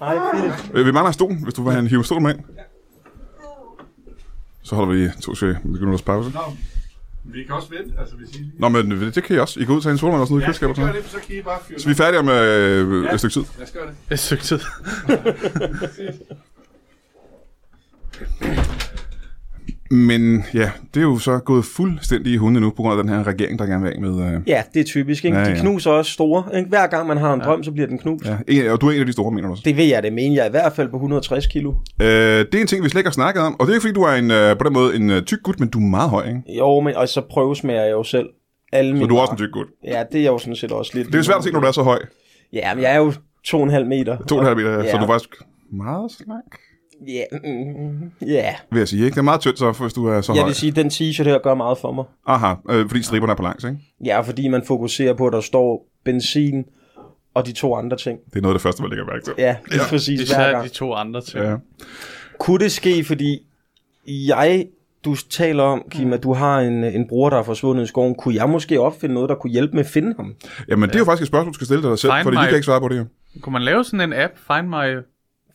Hej, Philip. Øh, vi mangler en stol, hvis du vil have en hive stol med ind. Så holder vi lige to til minutters pause. Vi kan også vente, altså hvis I lige... Nå, men øh, det kan I også. I kan ud og tage en solmand og sådan noget i køleskabet. og sådan gør noget. det, så kan I bare fyre Så vi er færdige om øh, et stykke tid. Lad os gøre det. Jeg søgte tid. Men ja, det er jo så gået fuldstændig i hunde nu, på grund af den her regering, der gerne vil af med... Øh, Ja, det er typisk, ikke? Ja, Ja, ja. De knuser også store. Ikke? Hver gang man har en ja. drøm, så bliver den knust. Ja. ja. En- Og du er en af de store, mener du også? Det vil jeg det mene. Jeg er i hvert fald på 160 kilo. Øh, det er en ting, vi slet ikke har snakket om, og det er ikke fordi, du er en, øh, på den måde en øh, tyk gut, men du er meget høj, ikke? Jo, men og så prøvesmager jeg jo selv. Alle Så mine du er også en varer. tyk gut. Ja, det er jeg jo sådan set også lidt. Det er jo svært at se, når du er så høj. Ja, men jeg er jo 2,5 meter. 2,5 meter, ja. så Ja. du er faktisk meget slank. Ja, mm, ja. Vil jeg sige, ikke? Det er meget tyndt, så, hvis du er så jeg høj. vil sige, den t-shirt her gør meget for mig. Aha, øh, fordi striberne er på langs, ikke? Ja, fordi man fokuserer på, at der står benzin og de to andre ting. Det er noget af det første, man lægger mærke til. Ja, lige ja, Det præcis hver sagde de gang. to andre til. Ja. Ja. Kunne det ske, fordi jeg, du taler om, Kim, Mm. at du har en, en bror, der er forsvundet i skoven. Kunne jeg måske opfinde noget, der kunne hjælpe med at finde ham? Jamen, det er jo faktisk et spørgsmål, du skal stille dig selv, Find fordi vi my- kan ikke svare på det her. Kunne man lave sådan en app, Find My...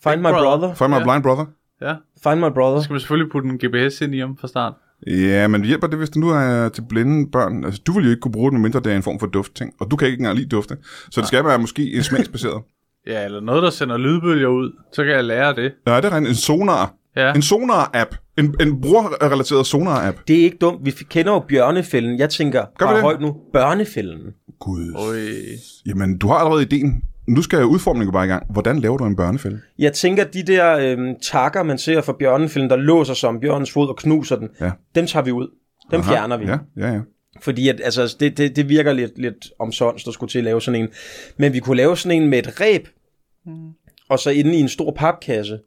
Find my brother. brother. Find my Ja. blind brother. Ja, Find my så brother. skal man selvfølgelig putte en GPS ind i ham fra start. Ja, men hjælper det, hvis det nu er til blinde børn? Altså, du vil jo ikke kunne bruge det, mindre det er en form for duftting, og du kan ikke engang lide dufte. Så det skal være måske en smagsbaseret. Ja, eller noget, der sender lydbølger ud. Så kan jeg lære det. Nej, det er rent en sonar. Ja, En sonar-app. En, en brugerrelateret sonar-app. Det er ikke dumt. Vi f- kender jo bjørnefælden. Jeg tænker, Gør vi bare det? højt nu, børnefælden. Gud. Øj. Jamen, du har allerede ideen. Nu skal udformningen bare i gang. Hvordan laver du en børnefælde? Jeg tænker, de der øhm, takker, man ser fra bjørnefælden, der låser sig om bjørnens fod og knuser den, Ja. dem tager vi ud. Dem Aha, fjerner vi. Ja, ja, ja. Fordi at, altså, det, det, det virker lidt, lidt omsonst at skulle til at lave sådan en. Men vi kunne lave sådan en med et ræb, Mm. og så inde i en stor papkasse.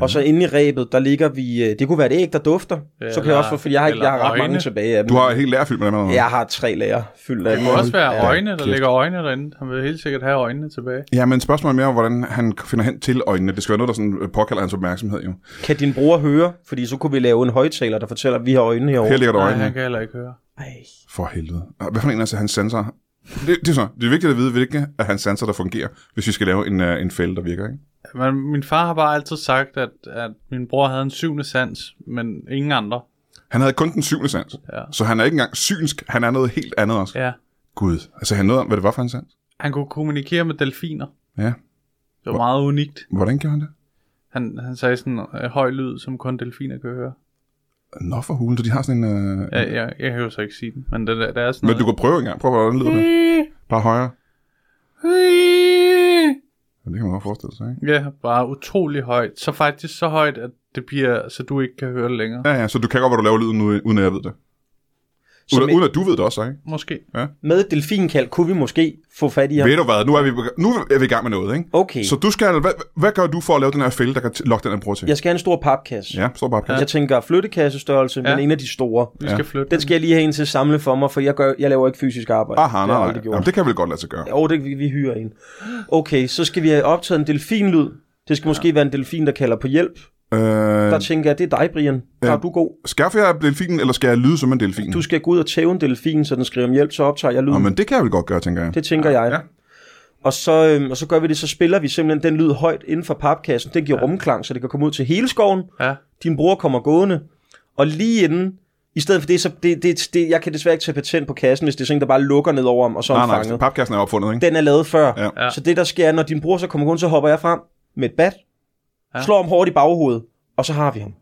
Og så inde i ræbet, der ligger vi... øh, Det kunne være et æg, der dufter. så kan jeg Eller- også få... Fordi jeg har, ikke- jeg har ret eller mange øjne. tilbage af dem. Du har et helt lærfyldt med dem allerede. Jeg har tre lager fyldt af Det må også være Ja. øjne, der kæft. ligger øjne derinde. Han vil helt sikkert have øjnene tilbage. Ja, men spørgsmålet er mere, hvordan han finder hen til øjnene. Det skal være noget, der sådan øh, påkalder hans opmærksomhed. Jo. Kan din bror høre? Fordi så kunne vi lave en højtaler, der fortæller, at vi har øjne herovre. Her ligger der Nej, han øjnene. kan heller ikke høre. Ej. For helvede. Og Hvad for en af hans sanser? Det, det, er så. det er vigtigt at vide, hvilke af hans sanser, der fungerer, hvis vi skal lave en, øh, en fælde, der virker. Ikke? Men min far har bare altid sagt, at, at min bror havde en syvende sans, men ingen andre. Han havde kun den syvende sans. Ja. Så han er ikke engang synsk. Han er noget helt andet også. Ja. Gud. Altså, han nåede om, hvad det var for en sans. Han kunne kommunikere med delfiner. Ja. Det var meget unikt. Hvordan gjorde han det? Han, han sagde sådan en høj lyd, som kun delfiner kan høre. Nå for hulen, så de har sådan en... Øh... Ja, jeg, jeg kan jo så ikke sige den, men det, der, der er sådan Men du noget. kan prøve engang. Prøv, hvordan lyder det? Bare højere. Ja, det kan man godt forestille sig, ikke? Ja, bare utrolig højt. Så faktisk så højt, at det bliver, så du ikke kan høre det længere. Ja, ja, så du kan godt, hvor du laver lyden, uden uden at jeg ved det. Så Uden, med, uden at du ved det også, ikke? Måske. med et delfinkald kunne vi måske få fat i Ja. ham. Ved du hvad, nu er, vi, beg- nu er vi i gang med noget, ikke? Okay, Så du skal, hvad, hvad gør du for at lave den her fælde, der kan t- lokke den her bruger til? jeg skal have en stor papkasse. Ja, står bare på. Ja. Jeg tænker flyttekassestørrelse, ja. Ja. men en af de store. Vi Ja. skal flytte. Den skal jeg lige have en til at samle for mig, for jeg, gør, jeg laver ikke fysisk arbejde. Aha, det Ah, nej, har jeg nej. aldrig gjort. Jamen, det kan vi godt lade sig gøre. Jo, det, vi, vi hyrer en. Okay, så skal vi have optaget en delfinlyd. Det skal måske være en delfin, der kalder på hjælp. Øh, Der tænker jeg, det er dig, Brian. Der er Ja. du god. skaffer jeg delfinen, eller skal jeg lyde som en delfin? Du skal gå ud og tæve en delfin, så den skriver om hjælp, så optager jeg Nå, lyden. men det kan jeg vel godt gøre, tænker jeg. Det tænker jeg. ja. Og, så, øhm, og så gør vi det, så spiller vi simpelthen den lyd højt inden for papkassen. Den giver ja. rumklang, så det kan komme ud til hele skoven. Ja. Din bror kommer gående. Og lige inden, i stedet for det, så det, det, det, jeg kan desværre ikke tage patent på kassen, hvis det er sådan en, der bare lukker ned over ham, og så er Nej, han nej, fanget. papkassen er opfundet, ikke? Den er lavet før. Ja. Ja. Så det, der sker, er, når din bror så kommer gående, så hopper jeg frem med et bat, ja. Ja. slår ham hårdt i baghovedet, og så har vi ham.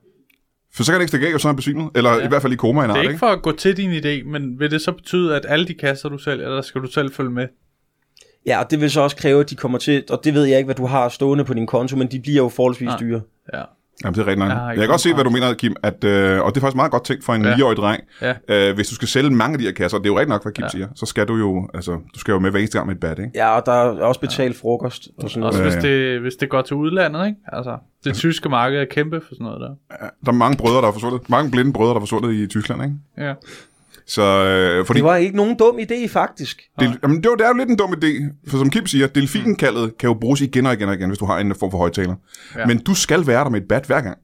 For så kan han ikke stikke af, og så er han besvimet. Eller ja. i hvert fald i koma i en Det er art, ikke ikke? for at gå til din idé, men vil det så betyde, at alle de kasser du sælger, der skal du selv følge med? Ja, og det vil så også kræve, at de kommer til, og det ved jeg ikke, hvad du har stående på din konto, men de bliver jo forholdsvis Nej. dyre. Ja. Jamen, det er rigtig nok. Jeg Jeg, har ikke kan godt se, nogen hvad du mener, Kim. At, øh, og det er faktisk meget godt tænkt for en Ja. 9-årig dreng. Ja. Øh, hvis du skal sælge mange af de her kasser, det er jo rigtig nok, hvad Kim ja. siger, så skal du jo, altså, du skal jo med hver eneste gang med et bat, ikke? Ja, og der er også betalt ja. frokost og sådan noget. Også Ja, hvis, ja. det, hvis det går til udlandet, ikke? Altså, det tyske marked er kæmpe for sådan noget der. Ja, Der er mange brødre, der er forsvundet. Mange blinde brødre, der er forsvundet i Tyskland, ikke? Ja. Så, øh, fordi Det var ikke nogen dum idé, faktisk. Del, jamen, det, var, det er jo lidt en dum idé, for som Kim siger, delfinkaldet kan jo bruges igen og igen og igen, hvis du har en form for højtaler. Ja. Ja. Men du skal være der med et bat hver gang.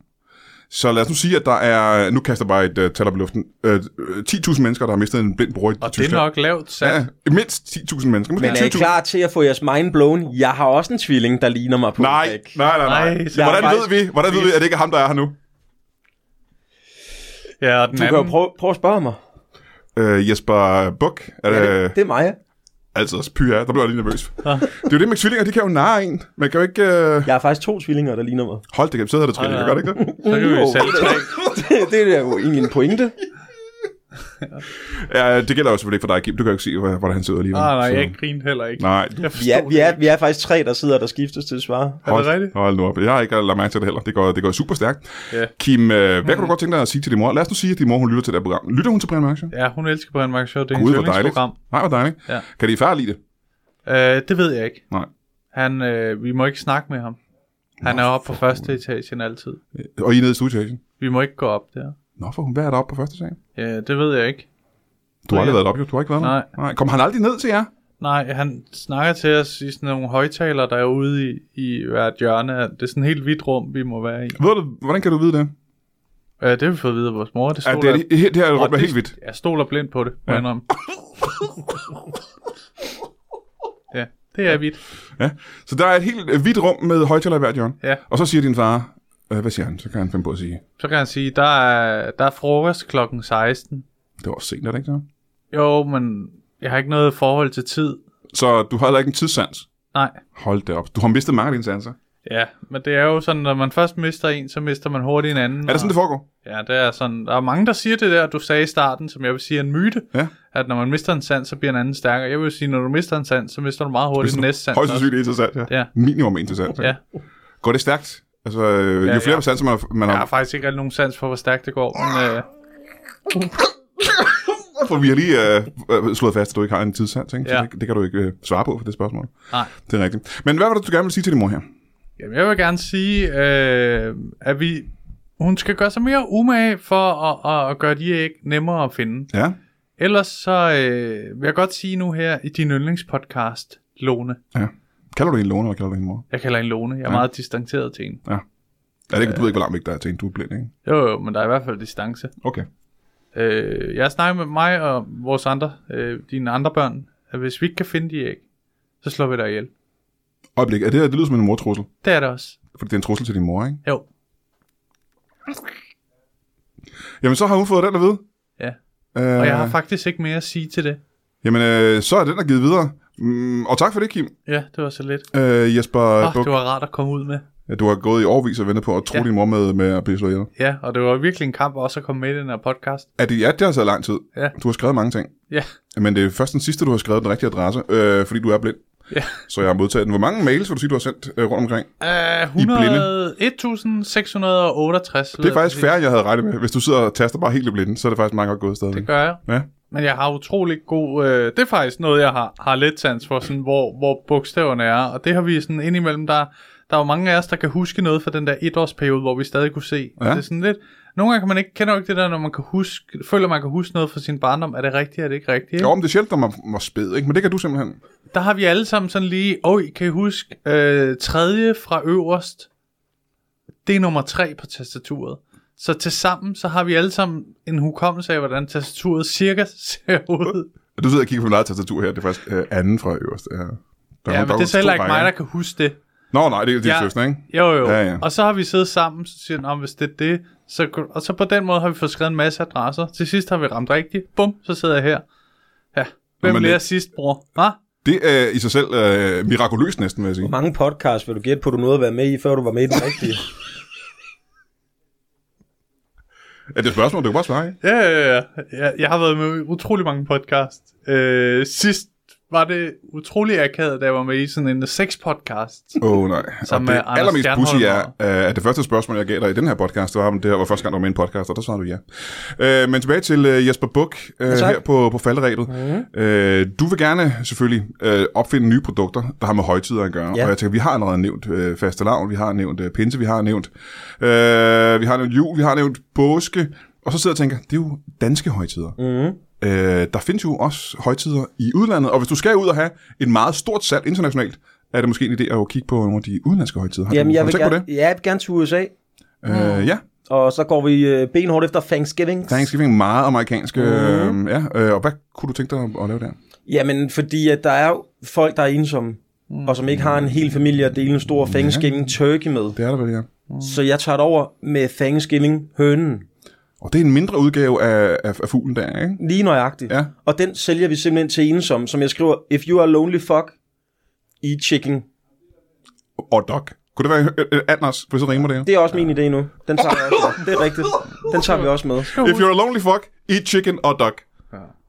Så lad os nu sige, at der er, nu kaster jeg bare et uh, tal op i luften, uh, 10.000 mennesker, der har mistet en blind bror i Og det Tyskland. er nok lavt sat. Ja. Ja, mindst 10.000 mennesker. Måske Men er I 20.000. klar til at få jeres mind blown? Jeg har også en tvilling, der ligner mig på. Nej, Ulrik. nej, nej, nej. Nej, nej så- hvordan Jeg er ved vi, hvordan ved vi, at det ikke er ham, der er her nu? ja, og den Du kan jo anden, prøve, prøve at spørge mig. Uh, Jesper Buk, er det, Ja, det, det er mig. altså pyha, der blev jeg lige nervøs. det er jo det med tvillinger, de kan jo narre en. Man kan jo ikke... Uh... Jeg har faktisk to tvillinger, der ligner mig. Hold det kæft, så hedder det tvillinger, gør Ja. det ikke det? så kan vi jo sælge tre. det, det er jo egentlig en pointe. Ja, det gælder jo selvfølgelig ikke for dig, Kim. Du kan jo ikke se, hvor- hvordan han sidder lige nu. Ah, Nej, nej, Så- jeg grinte heller ikke. Nej, Jeg forstod Ja, vi det er, ikke. vi er faktisk tre, der sidder der skiftes til at svare. Er det rigtigt? Hold nu op. Jeg har ikke lagt mærke til det heller. Det går, det går super stærkt. Ja. Hmm. Kim, øh, hvad kan du godt tænke dig at sige til din mor? Lad os nu sige, at din mor hun lytter til det her program. Lytter hun til Brian Mørk Show? Ja, hun elsker Brian Mark Show. Det er Gud, hendes hvor dejligt. yndlingsprogram. Nej, hvor dejligt. Ja. Kan de færre lide det? Øh, det ved jeg ikke. Nej. Han, øh, vi må ikke snakke med ham. Han er oppe på første etagen altid. Øh, Og I er nede i studieetagen? Vi må ikke gå op der. Nå, for hun, hvad er der oppe på første sal? Ja, det ved jeg ikke. Du har aldrig Ja. været oppe, jo. Du har ikke været der. Nej. Nej. Kom han aldrig ned til jer? Nej, han snakker til os i sådan nogle højtalere, der er ude i, i hvert hjørne. Det er sådan et helt hvidt rum, vi må være i. Ved du, hvordan kan du vide det? Øh, det har vi fået at vide af vores mor. Det Ja, stoler, det, er, det, det her Åh, rum er det- helt hvidt. Jeg stoler blindt på det, må Ja. ja. ja, det er hvidt. Ja. Så der er et helt øh, hvidt rum med højtaler i hvert hjørne. Ja. Og så siger din far, øh, hvad siger han? Så kan han finde på at sige, Så kan jeg sige, der er, der er frokost klokken 16. det var også sent, er det ikke så? Jo, men jeg har ikke noget forhold til tid. Så du har heller ikke en tidssans? Nej, Hold da op. Du har mistet mange af dine sanser. Ja, men det er jo sådan, når man først mister en, så mister man hurtigt en anden. Er det sådan, det foregår? Ja, det er sådan. Der er mange, der siger det der, du sagde i starten, som jeg vil sige er en myte. Ja. At når man mister en sand, så bliver en anden stærkere. Jeg vil sige, når du mister en sand, så mister du meget hurtigt Hvis den nu- næste sand. Højst sandsynligt interessant, ja. Ja. Minimum interessant. Ja. Går det stærkt? Altså, øh, jo Ja, flere ja. sanser man har, man Jeg har har faktisk ikke rigtig nogen sans for, hvor stærkt det går. Men, øh, For vi har lige øh, øh, slået fast, at du ikke har en tidssans, ikke? Ja. Ja. Det, det kan du ikke øh, svare på for det spørgsmål. nej. Det er rigtigt. Men hvad var det, du gerne ville sige til din mor her? Jamen, jeg vil gerne sige, øh, at vi, hun skal gøre sig mere umage for at, at, at gøre de æg nemmere at finde. Ja? Ellers så øh, vil jeg godt sige nu her i din yndlingspodcast, Lone. Ja. Kalder du hende Lone, eller kalder du hende mor? Jeg kalder hende Lone. Jeg er ja. meget distanceret til hende. Er det ikke, du ved ikke, hvor langt væk der er til en du er blind, ikke? Jo, jo, men der er i hvert fald distance. Okay. Øh, jeg har snakket med mig og vores andre, øh, dine andre børn, at hvis vi ikke kan finde de æg, så slår vi dig ihjel. Øjeblik, er det, her- det lyder som en mortrussel. Det er det også. Fordi det er en trussel til din mor, ikke? Jo. Jamen, så har hun fået den at vide. Ja. Øh, Og jeg har faktisk ikke mere at sige til det. Jamen, øh, så er den der givet videre. Mm, og tak for det, Kim. Ja, det var så lidt. Øh, Jesper, Åh, Buk, det var rart at komme ud med. ja, du har gået i overvis og ventet på at tro ja. Ja. din mor med, med at blive slået ihjel. Ja, og det var virkelig en kamp også at komme med i den her podcast. Er det, ja, det har taget lang tid. Ja. Du har skrevet mange ting. Ja, Men det er først den sidste, du har skrevet den rigtige adresse, øh, fordi du er blind. Ja. Så jeg har modtaget den. Hvor mange mails vil du sige, du har sendt øh, rundt omkring? Uh, I blinde. 100, 1668. Det er lyder faktisk præcis. færre, jeg havde regnet med. Hvis du sidder og taster bare helt i blinden, så er det faktisk meget godt gået stadigvæk. Det gør jeg. Ja. Men jeg har utrolig god... Øh, det er faktisk noget, jeg har, har lidt sans for, sådan, hvor, hvor bogstaverne er. Og det har vi sådan indimellem, der, der er jo mange af os, der kan huske noget fra den der etårsperiode, hvor vi stadig kunne se. Ja. Det er sådan lidt... Nogle gange kan man ikke kende ikke det der, når man kan huske, føler, man kan huske noget fra sin barndom. Er det rigtigt, er det ikke rigtigt? Jo, men det er sjældent, når man var spæd, ikke? Men det kan du simpelthen. Der har vi alle sammen sådan lige, oj, kan I huske, øh, tredje fra øverst, det er nummer tre på tastaturet. Så til sammen, så har vi alle sammen en hukommelse af, hvordan tastaturet cirka ser ud. Du sidder og kigger på min eget tastatur her. Det er faktisk øh, anden fra øverst. Ja, der er Ja, der men det er to selv ikke mig, rækker, der kan huske det. Nå, nej, det er din ja. Ja. søster, ikke? Jo, jo. Ja, ja. Og så har vi siddet sammen, så siger den, "Nå, hvis det er det, så, kunne-" og så på den måde har vi fået skrevet en masse adresser. Til sidst har vi ramt rigtigt. Bum, så sidder jeg her. Ja. Jamen, Hvem lærer det- sidst, bror? Hva? Det er i sig selv øh, mirakuløst næsten, vil jeg sige. Hvor mange podcasts vil du gætte på, du nåede at være med i, før du var med i den rigtige? Er det et spørgsmål? Du kan bare svare, ikke? Ja, ja, ja. Jeg, jeg har været med i utrolig mange podcast. Øh, sidst var det utrolig akavet, da jeg var med i sådan en seks podcast. Åh, oh, nej. Som, og det øh, Anders allermest Stjernholm pussy er, og- øh, at det første spørgsmål, jeg gav dig i den her podcast, det var, om det her var første gang, du var med i en podcast, og der svarede du ja. Øh, men tilbage til øh, Jesper Buk øh, tak. Mhm. her på, på falderæbet. Mm. Øh, du vil gerne selvfølgelig øh, opfinde nye produkter, der har med højtider at gøre. Ja. Ja. Og jeg tænker, vi har allerede nævnt øh, faste lavn, vi har nævnt øh, pinse, vi har nævnt, øh, vi har nævnt jul, vi har nævnt påske. Og så sidder jeg og tænker, det er jo danske højtider. Mm. Øh, der findes jo også højtider i udlandet, og hvis du skal ud og have et meget stort salg internationalt, er det måske en idé at kigge på nogle af de udenlandske højtider. Har Jamen, du, jeg har vil, du Mm. tænkt gerne, ja, jeg vil gerne til USA, på det? Øh, ja, og så går vi øh, benhårdt efter Thanksgiving. Thanksgiving meget amerikansk. Mm. Mm-hmm. Øh, ja, øh, og hvad kunne du tænke dig at, at lave der? Jamen, fordi at der er jo folk, der er ensomme, Mm. og som ikke har en hel familie at dele en stor Thanksgiving turkey med. Det er der vel, ja. Så jeg tager det over med Thanksgiving hønen. Og det er en mindre udgave af, af, af fuglen der, ikke? Lige nøjagtigt. Ja. Og den sælger vi simpelthen til ensomme, som jeg skriver, if you are lonely fuck, eat chicken. Og dog. Kunne det være øh, øh, Anders, for så rimer det her? Det er også min idé nu. Den tager jeg også med. Det er rigtigt. Den tager vi også med. If you're a lonely fuck, eat chicken og dog.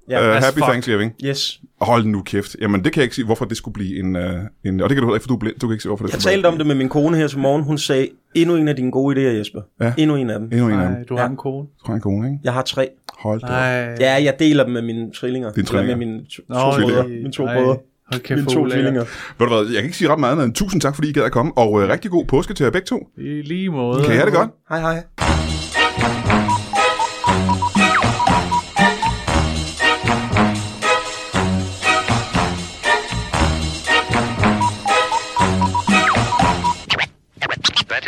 Ja, Uh, as happy fuck. Thanksgiving. Yes. Hold nu kæft. Jamen, det kan jeg ikke sige, hvorfor det skulle blive en... Uh, en og det kan du heller ikke, for du er blind. Du kan ikke se, hvorfor det Jeg skulle talte om det med min kone her til morgen. Hun sagde, endnu en af dine gode idéer, Jesper. Ja. Endnu en af dem. Endnu en af dem. Nej, du har en kone. Tror jeg er en kone, ikke? Jeg har tre. Hold da. op. Nej. Ja, jeg deler dem med mine trillinger. Dine Eller trillinger. Med mine to, Nå, to tvillinger. brødre. Mine to brødre. Hold kæft, Mine to tvillinger. Ved du hvad, jeg kan ikke sige ret meget andet end tusind tak, fordi I gad at komme. Og øh, rigtig god påske til jer begge to. I lige måde. Kan I have det godt? Hej, hej. That